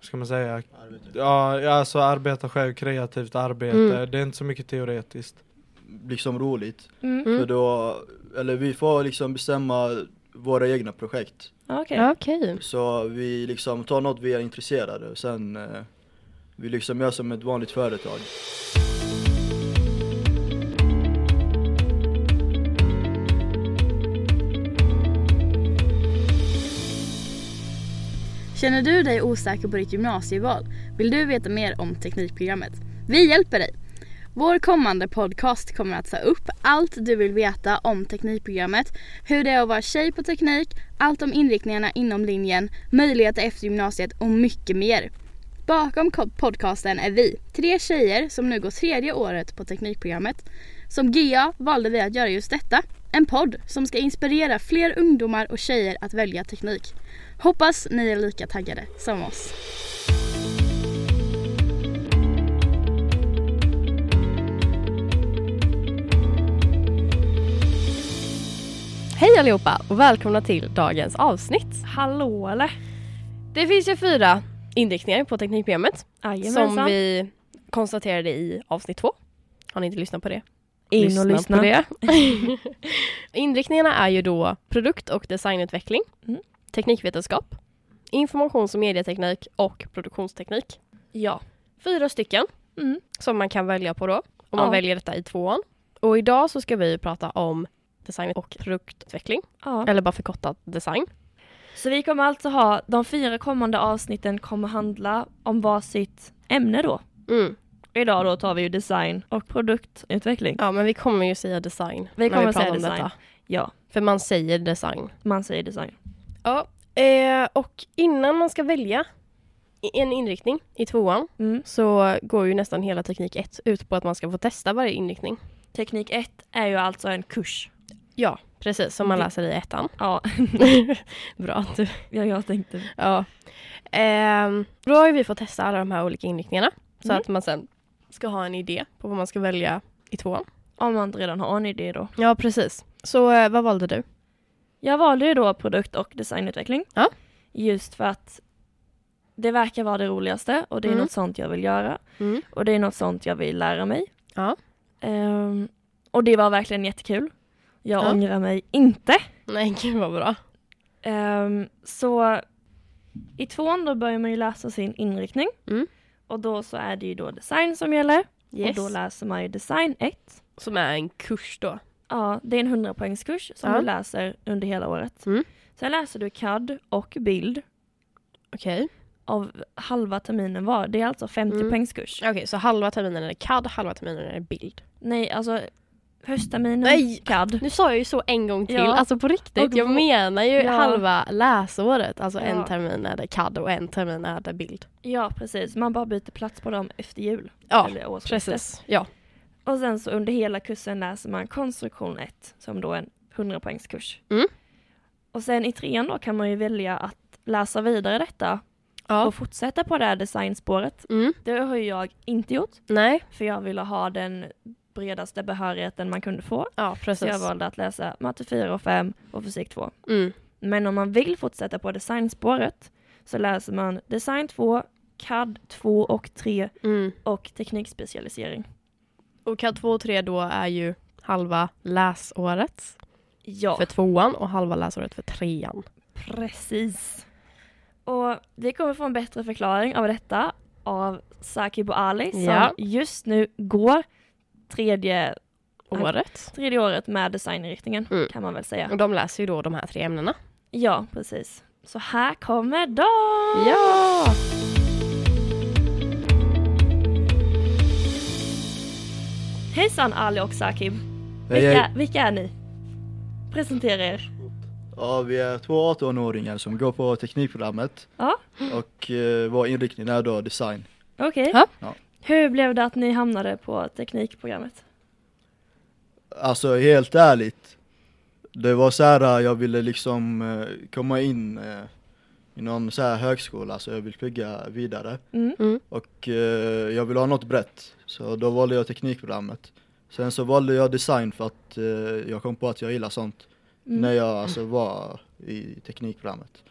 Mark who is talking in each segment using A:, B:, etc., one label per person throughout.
A: ska man säga, ja, alltså arbeta själv, kreativt arbete.
B: Mm.
A: Det är inte så mycket teoretiskt.
C: liksom roligt.
D: Mm.
B: Mm.
C: För då, eller vi får liksom bestämma våra egna projekt.
D: Ja, Okej.
B: Ja, Okej.
C: Så vi liksom tar något vi är intresserade och sen eh, vi liksom gör som ett vanligt företag.
E: Känner du dig osäker på ditt gymnasieval? Vill du veta mer om Teknikprogrammet? Vi hjälper dig! Vår kommande podcast kommer att ta upp allt du vill veta om Teknikprogrammet, hur det är att vara tjej på teknik, allt om inriktningarna inom linjen, möjligheter efter gymnasiet och mycket mer. Bakom ko- podcasten är vi, tre tjejer som nu går tredje året på Teknikprogrammet. Som GA valde vi att göra just detta, en podd som ska inspirera fler ungdomar och tjejer att välja teknik. Hoppas ni är lika taggade som oss.
B: Hej allihopa och välkomna till dagens avsnitt.
D: Hallå eller?
B: Det finns ju fyra inriktningar på Teknikprogrammet som vi konstaterade i avsnitt två. Har ni inte lyssnat på det?
D: In och lyssna.
B: på det. Inriktningarna är ju då produkt och designutveckling,
D: Mm.
B: teknikvetenskap, informations och medieteknik och produktionsteknik.
D: Ja.
B: Fyra stycken
D: Mm.
B: som man kan välja på då om man
D: Ja.
B: väljer detta i tvåan. Och idag så ska vi prata om design och produktutveckling,
D: ja.
B: eller bara förkortat design.
D: Så vi kommer alltså ha, de fyra kommande avsnitten kommer handla om varsitt ämne då.
B: Mm.
D: Idag då tar vi ju design och produktutveckling.
B: Ja, men vi kommer ju säga design
D: Vi kommer
B: när vi pratar
D: säga
B: om
D: design.
B: detta.
D: Ja,
B: För man säger design.
D: man säger design.
B: Ja, eh, och innan man ska välja i- en inriktning i tvåan
D: Mm.
B: så går ju nästan hela teknik 1 ut på att man ska få testa varje inriktning.
D: Teknik 1 är ju alltså en kurs.
B: Ja, precis som man
D: Det-
B: läser i ettan.
D: Ja,
B: Bra att du...
D: ja jag tänkte.
B: Ja. Ehm, då har ju vi fått testa alla de här olika inriktningarna så
D: Mm.
B: att man sen ska ha en idé på vad man ska välja i tvåan.
D: Om man inte redan har en idé då.
B: Ja, precis. Så eh, vad valde du?
D: Jag valde ju då produkt och designutveckling.
B: Ja.
D: Just för att det verkar vara det roligaste och det är
B: Mm.
D: något sånt jag vill göra.
B: Mm.
D: Och det är något sånt jag vill lära mig.
B: Ja.
D: Ehm, och det var verkligen jättekul. Jag
B: Ja.
D: ångrar mig inte.
B: Nej, gud vad bra.
D: Ehm, så i tvåan då börjar man ju läsa sin inriktning.
B: Mm.
D: Och då så är det ju då design som gäller.
B: Yes.
D: Och då läser man ju design 1.
B: Som är en kurs då.
D: Ja, det är en 100-poängskurs som
B: Ja.
D: du läser under hela året.
B: Mm.
D: Sen läser du CAD och bild
B: Okej.
D: av halva terminen var. Det är alltså 50
B: Mm.
D: poängskurs.
B: Okej, så halva terminen är det CAD, halva terminen är det bild.
D: Nej, alltså höstterminen
B: Nej!
D: CAD.
B: Nu sa jag ju så en gång till,
D: Ja.
B: alltså på riktigt.
D: Och
B: jag
D: vå-
B: menar ju
D: Ja.
B: halva läsåret. Alltså en
D: Ja.
B: termin är det CAD och en termin är det bild.
D: Ja, precis. Man bara byter plats på dem efter jul.
B: Ja,
D: eller årsskiftet.
B: precis. Ja.
D: Och sen så under hela kursen läser man konstruktion 1 som då är en 100 poängskurs.
B: Mm.
D: Och sen i trean då kan man ju välja att läsa vidare detta
B: ja.
D: och fortsätta på det här designspåret.
B: Mm.
D: Det har ju jag inte gjort
B: Nej.
D: för jag ville ha den bredaste behörigheten man kunde få. Så
B: Ja,
D: jag
B: precis.
D: valde att läsa matte 4 och 5 och fysik 2.
B: Mm.
D: Men om man vill fortsätta på designspåret så läser man design 2, CAD 2 och 3
B: Mm.
D: och teknikspecialisering.
B: Och CAD 2 och 3 då är ju halva läsåret
D: Ja.
B: för tvåan och halva läsåret för trean.
D: Precis. Och vi kommer få en bättre förklaring av detta av Sakibo Ali som
B: Ja.
D: just nu går tredje,
B: Året.
D: tredje året med designinriktningen
B: Mm.
D: kan man väl säga.
B: Och de läser ju då de här tre ämnena.
D: Ja, precis. Så här kommer de!
B: Ja!
D: Hejsan Ali och Sakib!
C: Hej,
D: vilka,
C: hej.
D: vilka är ni? Presentera er.
C: Ja, vi är två 18-åringar som går på teknikprogrammet
D: Ja,
C: och eh, vår inriktning är då design.
D: okej.
B: Ja.
C: Ja.
D: Hur blev det att ni hamnade på teknikprogrammet?
C: Alltså helt ärligt, det var så här jag ville liksom eh, komma in eh, i någon så här högskola så jag vill plugga vidare
D: Mm.
C: och eh, jag vill ha något brett så då valde jag teknikprogrammet. Sen så valde jag design för att eh, jag kom på att jag gillar sånt
D: Mm.
C: när jag alltså var i teknikprogrammet.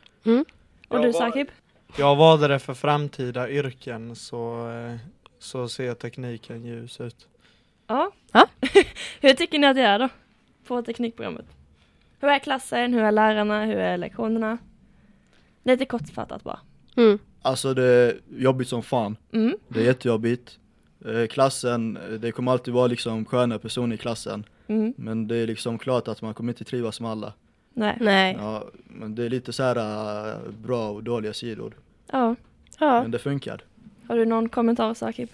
D: Och du Sakib?
A: Jag valde det för framtida yrken så, eh, så ser tekniken ljus ut.
D: Ja.
B: Ja.
D: hur tycker ni att det är då? På teknikprogrammet? Hur är klassen? Hur är lärarna? Hur är lektionerna? Lite kortfattat bara.
B: Mm.
C: Alltså det är jobbigt som fan.
D: Mm.
C: Det är jättejobbigt. Eh, Klassen, eh, det kommer alltid vara liksom sköna personer i klassen.
D: Mm.
C: Men det är liksom klart att man kommer inte trivas med alla.
D: Nej.
B: Nej.
C: Ja, men det är lite så här eh, bra och dåliga sidor.
D: Ja.
B: Ja.
C: Men det funkar.
D: Har du någon kommentar Sakib?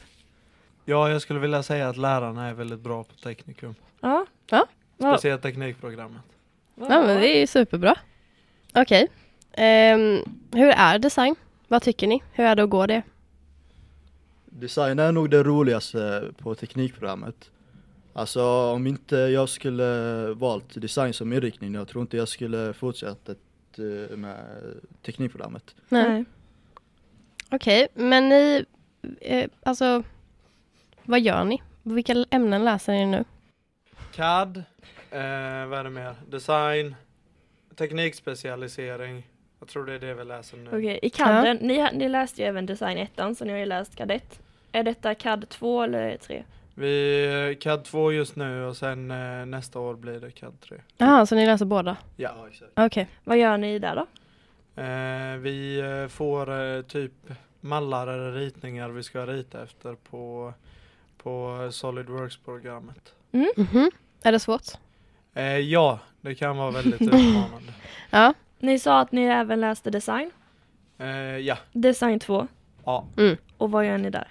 A: Ja, jag skulle vilja säga att lärarna är väldigt bra på teknikum.
D: Ja.
B: Ja.
D: Vad-
A: Speciellt teknikprogrammet.
D: vad-
B: ja, men det är ju superbra. Okej. Ehm, hur är design? Vad tycker ni? Hur är det att gå det?
C: Design är nog det roligaste på teknikprogrammet. Alltså om inte jag skulle valt design som inriktning, jag tror inte jag skulle fortsätta eh, med teknikprogrammet.
D: Nej.
B: Mm. Okej, men ni, eh, alltså, vad gör ni? Vilka ämnen läser ni nu?
A: CAD, eh, vad är det mer? Design, teknikspecialisering. Jag tror det är det vi läser nu.
D: Okej, i CADen, ni, har- ni läste ju även design 1 så ni har ju läst CAD 1. Är detta CAD 2 eller 3?
A: Vi eh, CAD 2 just nu och sen eh, nästa år blir det CAD 3.
B: Jaha, så ni läser båda?
A: Ja.
B: Okej.
D: Vad gör ni där då?
A: Eh, vi eh, får eh, typ mallar eller ritningar vi ska rita efter på, på SolidWorks-programmet.
B: Mhm. Är det svårt?
A: Eh, ja, det kan vara väldigt utmanande.
B: Ja.
D: Ni sa att ni även läste design.
A: Eh, ja.
D: Design 2.
A: ja.
B: Mm.
D: Och vad gör ni där?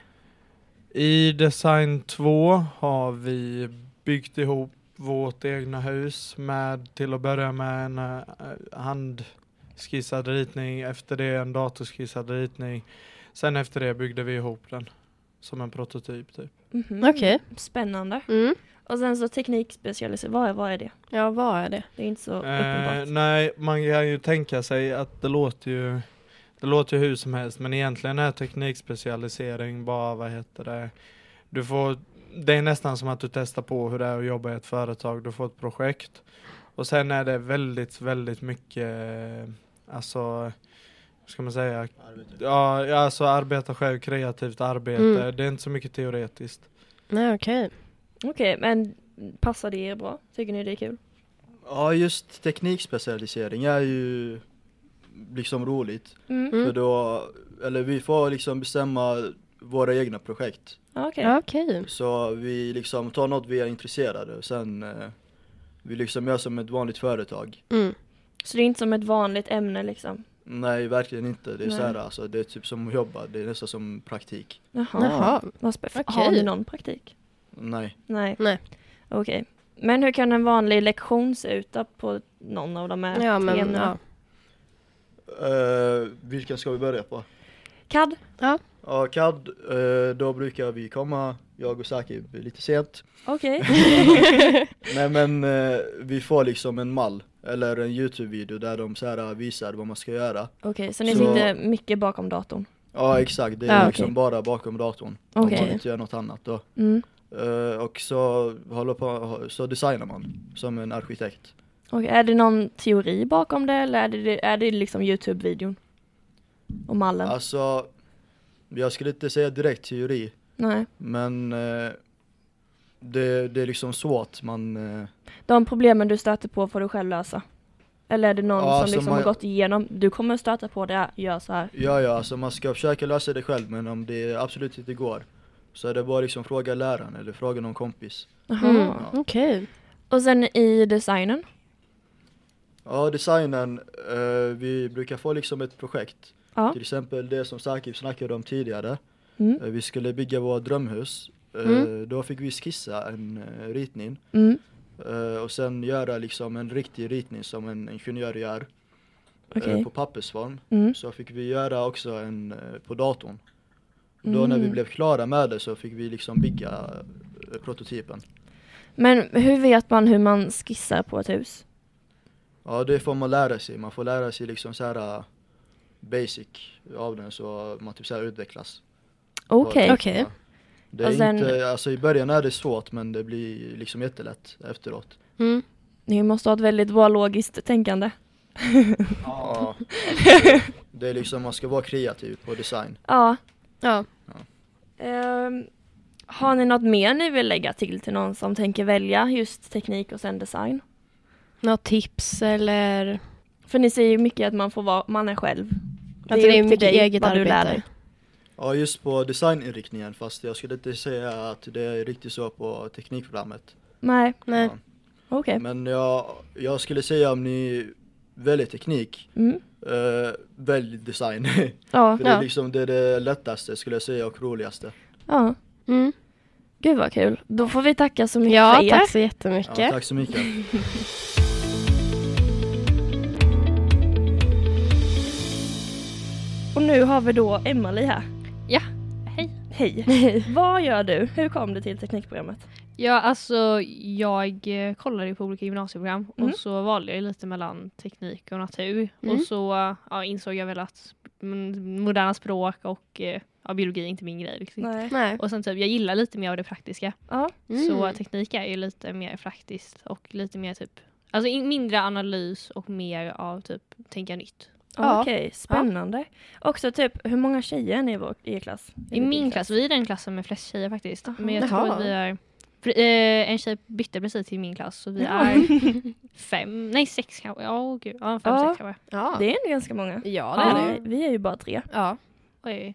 A: I Design 2 har vi byggt ihop vårt egna hus med till att börja med en eh, handskissad ritning, efter det en datorskissad ritning. Sen efter det byggde vi ihop den som en prototyp typ.
D: Mhm.
B: Mm. Okej.
D: Spännande.
B: Mm.
D: Och sen så teknikspecialist, vad är, vad är det?
B: Ja, vad är det?
D: Det är inte så
A: Eh,
D: uppenbart.
A: nej, man kan ju tänka sig att det låter ju det låter ju hur som helst, men egentligen är teknikspecialisering bara, vad heter det, du får, det är nästan som att du testar på hur det är att jobba i ett företag, du får ett projekt och sen är det väldigt, väldigt mycket, eh, alltså, hur ska man säga, ja, ja, alltså arbeta själv, kreativt arbete,
B: Mm.
A: det är inte så mycket teoretiskt.
B: Nej, okej.
D: Okej, men passar det er bra? Tycker ni det är kul?
C: Ja just teknikspecialisering är ju liksom roligt.
D: Mm.
B: Mm.
C: För då, eller vi får liksom bestämma våra egna projekt.
D: Ja, Okej.
B: Ja, Okej.
C: Så vi liksom tar något vi är intresserade och sen eh, vi liksom gör som ett vanligt företag.
B: Mm.
D: Så det är inte som ett vanligt ämne liksom?
C: Nej verkligen inte, det är
D: Nej.
C: såhär alltså, det är typ som att jobba, det är nästan som praktik
D: Jaha.
B: Jaha.
D: Vad spä-
B: Okej.
D: Har ni någon praktik?
C: Nej,
D: Nej.
B: Nej.
D: Okej. Men hur kan en vanlig lektion se ut då på någon av de här
B: Ja,
D: tre
B: men
D: ämnena?
B: ja.
C: Eh, vilken ska vi börja på?
D: CAD?
C: Ja, CAD, eh, då brukar vi komma, jag och Sakib, lite sent
D: Okej.
C: Nej men eh, vi får liksom en mall, eller en Youtube-video där de så här visar vad man ska göra
D: Okej, så ni
C: Så-
D: sitter mycket bakom datorn?
C: Ja exakt, det är
B: Ja, okej.
C: liksom bara bakom datorn,
D: Okej.
C: om man inte gör något annat då
D: Mm.
C: Eh, Och så håller på, så designar man, som en arkitekt
D: Okej, är det någon teori bakom det eller är det, är det liksom Youtube-videon? Och mallen?
C: Alltså, jag skulle inte säga direkt teori
D: Nej.
C: Men eh, det, det är liksom svårt, man, eh,
D: De problemen du stöter på får du själv lösa. Eller är det någon
C: Ja,
D: som
C: som
D: liksom
C: man-
D: har gått igenom, du kommer stöta på det, här, gör så här.
C: ja ja alltså man ska försöka lösa det själv men om det absolut inte går så är det bara liksom fråga läraren eller fråga någon kompis.
B: Mm.
D: Jaha.
B: Okej.
D: Och sen i designen?
C: Ja designen, eh, vi brukar få liksom ett projekt.
D: Ja.
C: Till exempel det som Sakib snackade om tidigare.
D: Mm.
C: Eh, vi skulle bygga vårt drömhus. Eh,
B: Mm.
C: Då fick vi skissa en eh, ritning
D: Mm.
C: eh, och sen göra liksom en riktig ritning som en ingenjör gör
D: Okej.
C: eh, på pappersform.
D: Mm.
C: så fick vi göra också en eh, på datorn. Då när vi
D: Mm.
C: blev klara med det så fick vi liksom bygga eh, prototypen.
D: Men hur vet man hur man skissar på ett hus?
C: Ja det får man lära sig, man får lära sig liksom så här eh, basic av den så man typ så här utvecklas.
D: Okej.
C: Ja.
B: Okej.
C: Det är
D: Och sen-
C: inte, alltså i början är det svårt men det blir liksom jättelätt efteråt.
B: Mm.
D: Ni måste ha ett väldigt bra logiskt tänkande.
C: Ja. Alltså, det- Det är liksom, man ska vara kreativ på design.
D: Ja.
B: Ja.
D: Ehm, har ni något mer ni vill lägga till till någon som tänker välja just teknik och sen design?
B: Något tips eller?
D: För ni säger ju mycket att man får vara, man är själv.
B: Att Alltså, det är mycket eget arbete.
C: Ja, just på designinriktningen fast jag skulle inte säga att det är riktigt så på teknikprogrammet.
D: Nej,
B: Nej.
C: Ja.
D: okej.
C: Men jag, jag skulle säga om ni väljer teknik,
D: Mm.
C: eh, välj design.
D: Ja,
C: För det
B: Ja.
C: är liksom det, är det lättaste skulle jag säga och roligaste.
D: ja.
B: Mm.
D: Gud vad kul. Då får vi tacka så mycket
B: Ja,
D: för er.
B: tack så
C: Ja,
B: jättemycket.
C: tack så mycket.
D: Och nu har vi då Emily här.
F: Ja.
D: Hej. Hej. Vad gör du? Hur kom du till teknikprogrammet?
F: Ja, alltså jag eh, kollade ju på olika gymnasieprogram
D: Mm.
F: och så valde jag ju lite mellan teknik och natur.
B: Mm.
F: Och så eh, ja, insåg jag väl att mm, moderna språk och eh, ja, biologi är inte min grej. Liksom.
D: Nej.
B: Nej.
F: Och sen typ, jag gillar lite mer av det praktiska.
D: Ja.
B: Mm.
F: Så teknik är ju lite mer praktiskt och lite mer typ, alltså in, mindre analys och mer av typ tänka nytt.
B: Ja.
D: Okej, spännande. Också typ, hur många tjejer är ni i vår i er klass?
F: I
D: Eller
F: min
D: din
F: klass, vi är den klassen med flest tjejer faktiskt.
D: Jaha.
F: Men jag
B: Jaha.
F: tror att vi är, för, eh, en tjej bytte precis till min klass så vi
D: Ja.
F: är fem, nej sex kanske. Ja, gud. Ja, fem,
D: Ja.
F: sex kanske.
B: Ja.
D: Det är ändå ganska många.
B: ja, det
D: Ja,
B: är det. Mm.
D: vi- Vi är ju bara tre.
B: Ja.
F: Oj.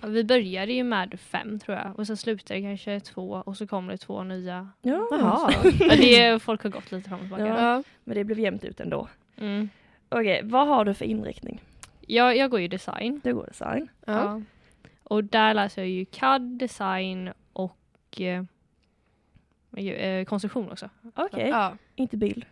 F: Ja, Vi började ju med fem tror jag och sen slutade det kanske två och så kom det två nya.
D: Ja.
B: Jaha.
F: Men det, folk har gått lite fram och tillbaka.
D: Ja.
B: Ja.
D: Men det blev jämnt ut ändå.
F: Mm.
D: Okej, vad har du för inriktning?
F: Jag, jag går ju design.
D: Du går design.
B: Ja.
F: Ja. Och där läser jag ju CAD, design och eh, men gud, eh, konstruktion också.
D: Okej,
B: Ja.
D: inte bild.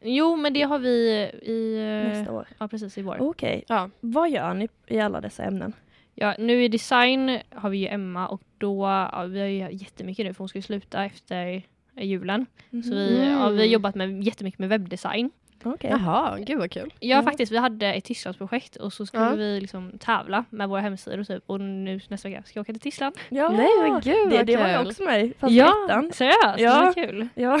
F: Jo men det har vi i, eh,
D: Nästa år. Oh.
F: ja, precis, i vår.
D: Okej,
B: Ja.
D: vad gör ni i alla dessa ämnen?
F: Ja, nu i design har vi ju Emma och då, ja, vi har ju jättemycket nu för hon ska ju sluta efter eh, julen. Så vi, ja, vi har
B: Mm.
F: jobbat med, jättemycket med webbdesign.
D: Okej.
B: Jaha, gud vad kul.
F: Ja
D: Ja.
F: faktiskt, vi hade ett Tysklandsprojekt och så skulle
B: Ja.
F: vi liksom tävla med våra hemsidor typ och nu nästa vecka ska jag åka till Tyskland.
D: Ja,
B: Nej, men gud,
D: det,
B: vad
D: det var jag
B: kul.
D: också med i, fast i
F: ja,
D: ettan.
F: seriöst,
D: Ja.
F: det var kul.
D: Ja.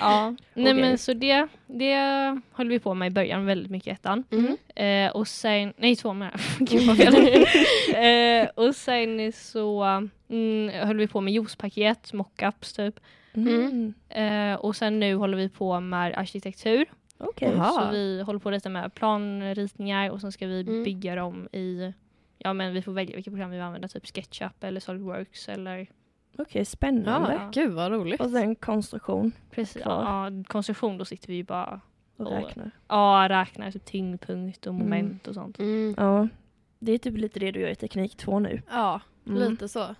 F: Ja. Nej
D: Okej.
F: men så det, det höll vi på med i början väldigt mycket i ettan.
B: Mm.
F: Eh, och sen, nej två med. Gud vad fel. eh, och sen så mm, höll vi på med juicepaket, mockups typ.
D: Mm.
F: Eh, och sen nu håller vi på med arkitektur.
D: Okej.
B: Jaha.
F: Så vi håller på lite med planritningar och sen ska vi
B: Mm.
F: bygga dem i Ja men vi får välja vilka program vi vill använda, typ SketchUp eller SolidWorks eller
D: Okej, spännande.
B: Ja, gud vad roligt.
D: Och sen konstruktion
F: precis, ja,
D: Kvar.
F: konstruktion då sitter vi ju bara
D: och
F: Och-
D: räknar.
F: ja, räknar typ tyngdpunkt och
D: Mm.
F: moment och sånt.
B: Mm.
D: Ja. Det är typ lite det du gör i teknik 2 nu.
B: Ja,
D: Mm.
B: lite så.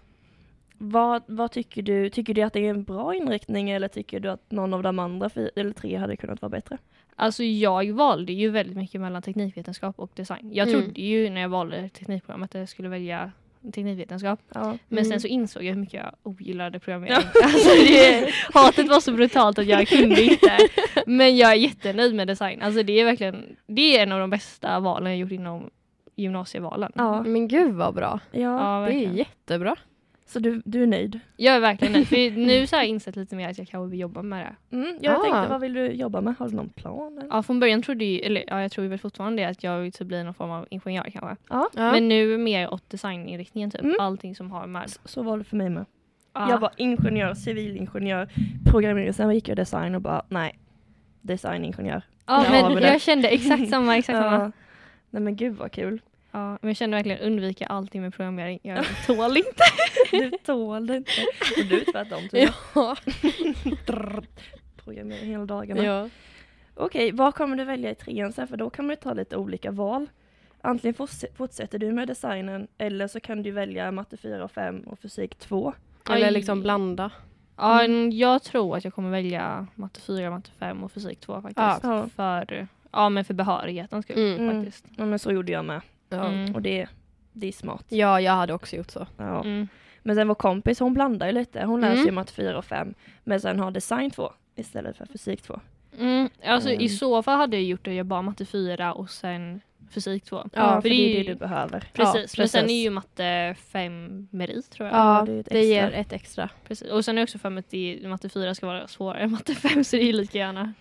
D: Vad, vad tycker du? Tycker du att det är en bra inriktning eller tycker du att någon av de andra fy- eller tre hade kunnat vara bättre?
F: Alltså jag valde ju väldigt mycket mellan teknikvetenskap och design. Jag
B: Mm.
F: trodde ju när jag valde teknikprogrammet att jag skulle välja teknikvetenskap.
D: Ja.
F: Men
B: Mm.
F: sen så insåg jag hur mycket jag ogillade programmering. Alltså det, hatet var så brutalt att jag kunde inte. Men jag är jättenöjd med design. Alltså det är verkligen, det är en av de bästa valen jag gjort inom gymnasievalen.
D: Ja.
B: Men gud vad bra.
D: ja.
F: Ja,
B: Det är
F: verkligen.
B: jättebra.
D: Så du, du är nöjd?
F: Jag är verkligen nöjd. För nu så har jag insett lite mer att jag kanske vill jobba med det.
D: Mm, jag
B: Ah.
D: tänkte, vad vill du jobba med? Har du någon plan? Eller?
F: Ja, från början trodde jag, eller ja, jag tror väl fortfarande det, att jag vill typ bli någon form av ingenjör kanske.
B: Ja.
F: Men nu mer åt designinriktningen typ.
D: Mm.
F: Allting som har med...
D: S- Så var det för mig med.
F: Ja.
D: Jag var ingenjör, civilingenjör, programmerare. Sen gick jag design och bara, nej, designingenjör.
F: ja,
D: Ja, men
F: men
D: det-
F: jag kände exakt samma, exakt samma.
D: Ja. Nej men gud vad kul.
F: Ja, men jag kände verkligen undvika allting med programmering. Jag tål inte.
D: Du tål det inte. Och du är tvärtom. tror jag.
B: Ja.
D: Programmerar hela dagarna.
B: ja.
D: Okej, vad kommer du välja i trean sen? För då kan man ju ta lite olika val. Antingen forts- fortsätter du med designen eller så kan du välja matte 4 och 5 och fysik 2.
B: Eller
F: Aj.
B: liksom blanda.
F: Ja,
D: Mm.
F: men jag tror att jag kommer välja matte 4, matte 5 och fysik 2 faktiskt.
D: Ja.
F: För, ja, men för behörighetens skull
B: Mm.
D: Mm.
F: faktiskt.
D: Ja, men så gjorde jag med.
B: Ja.
F: Mm.
D: Och det, det är smart.
B: ja, jag hade också gjort så.
D: Ja.
F: Mm.
D: Men sen vår kompis hon blandar ju lite. Hon läser
B: Mm.
D: ju matte 4 och 5 men sen har design 2 istället för fysik 2.
F: Mm. Alltså
D: Mm.
F: i så fall hade jag gjort det, jag bara matte 4 och sen fysik 2.
B: Ja,
D: för det är det du behöver.
F: Precis,
B: Ja,
F: men sen
B: precis.
F: är ju matte 5 merit tror jag.
B: Ja,
D: det är ett
B: det ger
D: extra.
B: ett extra.
F: Precis. Och sen är jag också för mig att det, matte 4 ska vara svårare än matte 5 så det är ju lika gärna.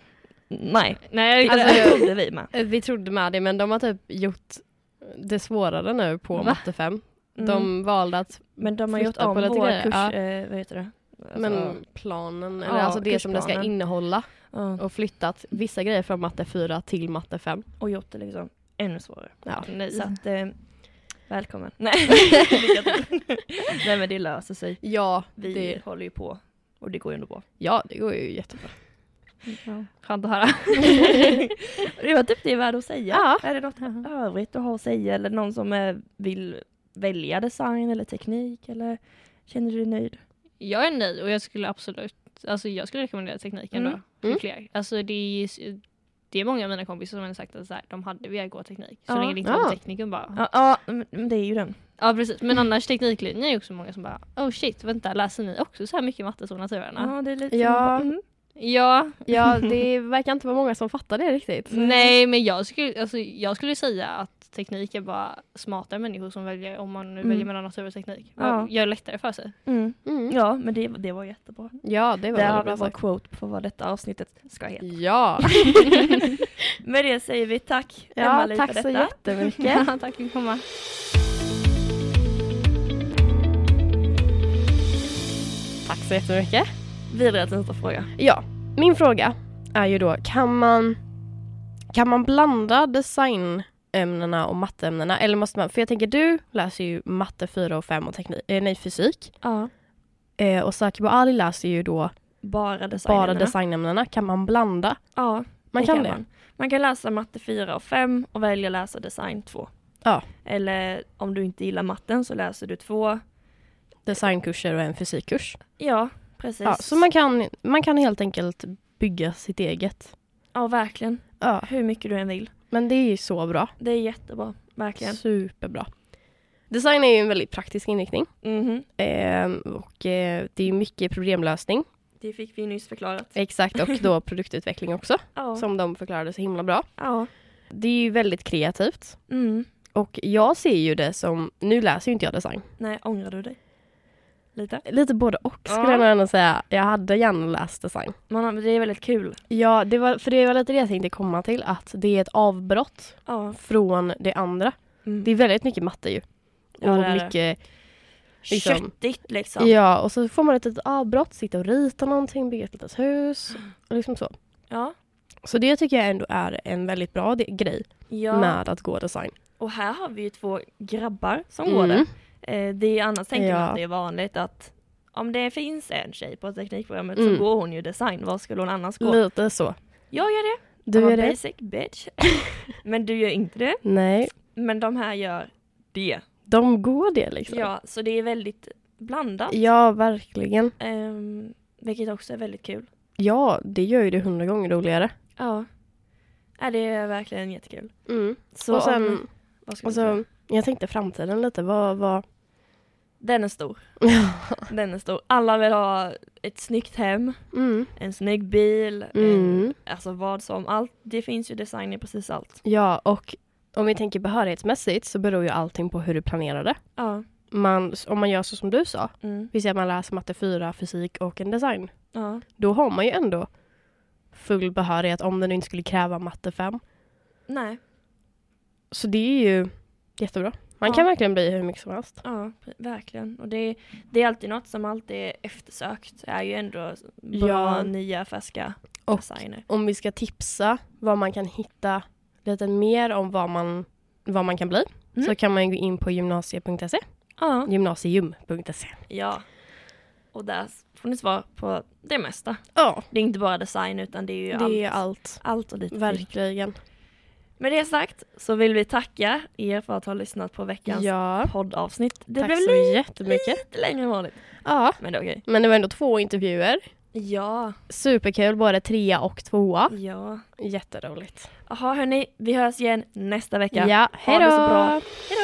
D: Nej,
F: Nej,
D: alltså, det
F: alltså,
D: trodde vi med.
B: Eh, Vi trodde med det men de har typ gjort det svårare nu på
F: Va?
B: matte 5.
D: Mm.
B: De valde att,
D: men de har gjort
B: flyttar
D: om
B: på lite
D: vår
B: grejer,
D: kurs,
B: ja.
D: eh, vad heter det? Alltså,
B: men planen,
D: Ja,
B: eller alltså det som det ska
D: kursplanen.
B: innehålla
D: ja,
B: och flyttat vissa grejer från matte 4 till matte 5.
D: och gjort det liksom ännu svårare.
B: Ja.
F: nej.
D: Så att, eh, välkommen. Nej. Lycka till. Nej men det löser sig.
B: Ja,
D: Vi
B: det,
D: håller ju på och det går ju ändå bra.
B: ja, det går ju jättebra.
F: Skönt att höra.
D: Det var typ det jag hade att säga.
B: Ja.
D: Är det något övrigt att ha att säga eller någon som eh, vill välja design eller teknik eller känner du dig nöjd?
F: Jag är nöjd och jag skulle absolut, alltså jag skulle rekommendera tekniken
D: Mm.
F: då för
B: Mm.
F: fler. Alltså det är, ju s- det är många av mina kompisar som har sagt att så här, de hade velat gå teknik. Så
D: Ja.
F: länge det inte
B: Ja.
F: var tekniken bara. Ja.
D: Ja, ja men det är ju den.
F: precis, men
D: Mm.
F: annars tekniklinjen är också många som bara oh shit vänta läser ni också så här mycket matte som naturarna?
D: Ja, det är lite
B: Ja.
D: Mm.
F: Ja,
B: Ja, det verkar inte vara många som fattar det riktigt.
D: Mm.
F: nej men jag skulle, alltså, jag skulle säga att teknik är bara smarta människor som väljer om man nu
D: Mm.
F: väljer mellan natur och teknik.
D: Ja.
F: Gör det lättare för sig.
D: Mm.
B: Mm.
D: Ja, men det, det var jättebra.
B: Ja, det var
D: Där
B: väldigt
D: har
B: bra
D: vi vår
B: sagt.
D: quote på vad detta avsnittet ska heta.
B: Ja,
D: Med det säger vi tack
B: ja
D: Emma-Li,
B: tack
D: för
B: så
D: detta.
B: jättemycket.
F: Ja, tack för att komma.
B: Tack så jättemycket.
D: Vidare till nästa fråga.
B: Ja, min fråga är ju då, kan man, kan man blanda designämnena och matteämnena? Eller måste man, för jag tänker du läser ju matte 4 och 5 och teknik, eh, nej, fysik.
D: Ja.
B: Eh, och Sakib och Ali läser ju då
D: Bara design.
B: bara designämnena. Kan man blanda?
D: Ja,
B: Man kan, det.
D: Man. man kan läsa matte 4 och 5 och välja läsa design 2.
B: Ja.
D: Eller om du inte gillar matten så läser du 2.
B: Designkurser och en fysikkurs.
D: Ja, precis.
B: Ja, så man kan, man kan helt enkelt bygga sitt eget.
D: ja, verkligen.
B: Ja,
D: Hur mycket du än vill.
B: men det är ju så bra.
D: Det är jättebra, verkligen.
B: Superbra. Design är ju en väldigt praktisk inriktning.
D: Mhm.
B: Eh, och eh, det är mycket problemlösning.
D: Det fick vi nyss förklarat.
B: Exakt, och då produktutveckling också.
D: Ja.
B: Som de förklarade så himla bra.
D: ja.
B: Det är ju väldigt kreativt.
D: Mm.
B: Och jag ser ju det som, nu läser ju inte jag design.
D: Nej, ångrar du dig? Lite?
B: Lite både och skulle
D: Ja.
B: jag nog ändå säga. Jag hade gärna läst design.
D: Man, har- det är väldigt kul.
B: Ja, det var, för det var lite det jag tänkte komma till. Att det är ett avbrott
D: Ja.
B: från det andra.
D: Mm.
B: Det är väldigt mycket matte ju.
D: Ja,
B: och
D: det är det.
B: mycket liksom-
D: Köttigt liksom.
B: Ja, och så får man ett litet avbrott, sitta och rita någonting, bygga ett litet hus. Och liksom så.
D: Ja.
B: så det tycker jag ändå är en väldigt bra de- grej
D: ja.
B: med att gå design.
D: Och här har vi ju två grabbar som går
B: Mm.
D: det. Eh, det är annars tänker man
B: Ja.
D: att det är vanligt att om det finns en tjej på teknikprogrammet
B: Mm.
D: så går hon ju design. Vad skulle hon annars gå?
B: Lite så.
D: Jag gör det.
B: Du
D: I'm a
B: gör det?
D: basic bitch. Men du gör inte det.
B: Nej,
D: Men de här gör det.
B: de går det liksom.
D: Ja, så det är väldigt blandat.
B: Ja, verkligen.
D: Ehm, vilket också är väldigt kul.
B: Ja, det gör ju det hundra gånger roligare.
D: Ja. ja. Äh, Det är verkligen jättekul. Så
B: Och sen,
D: om- Mm. vad ska
B: och
D: vi säga?
B: så, jag tänkte framtiden lite. Vad, vad...
D: Den är stor. Den är stor. Alla vill ha ett snyggt hem,
B: Mm.
D: en snygg bil,
B: Mm.
D: en, alltså vad som. Allt, det finns ju design i precis allt.
B: Ja, och om vi tänker behörighetsmässigt så beror ju allting på hur du planerar det.
D: Ja.
B: Man, om man gör så som du sa,
D: Mm.
B: vi säger att man läser matte 4, fysik och en design.
D: ja.
B: Då har man ju ändå full behörighet om den inte skulle kräva matte 5.
D: Nej.
B: Så det är ju jättebra. Man
D: Ja.
B: kan verkligen bli hur mycket som helst.
D: Ja, pr- verkligen. Och det, det är alltid något som alltid är eftersökt. Det är ju ändå bra
B: Ja.
D: nya färska
B: Och-
D: designer.
B: Om vi ska tipsa vad man kan hitta lite mer om vad man, vad man kan bli
D: Mm.
B: så kan man ju gå in på gymnasie.se,
D: Ja.
B: gymnasium.se.
D: ja. Och där får ni svar på det mesta.
B: Ja,
D: Det är inte bara design utan det är ju
B: det är
D: allt.
B: allt.
D: Allt och lite till.
B: Verkligen.
D: Med det sagt så vill vi tacka er för att ha lyssnat på veckans
B: Ja,
D: poddavsnitt. Det
B: tack
D: blev
B: så
D: lite,
B: jättemycket.
D: lite längre än vanligt.
B: Ja,
D: Men det är okej.
B: men det var ändå två intervjuer.
D: Ja,
B: Superkul, både trea och tvåa.
D: ja.
B: Jätteroligt.
D: Jaha hörni, vi hörs igen nästa vecka.
B: Ja, hej
D: Ha det så
B: då!
D: bra. Hejdå!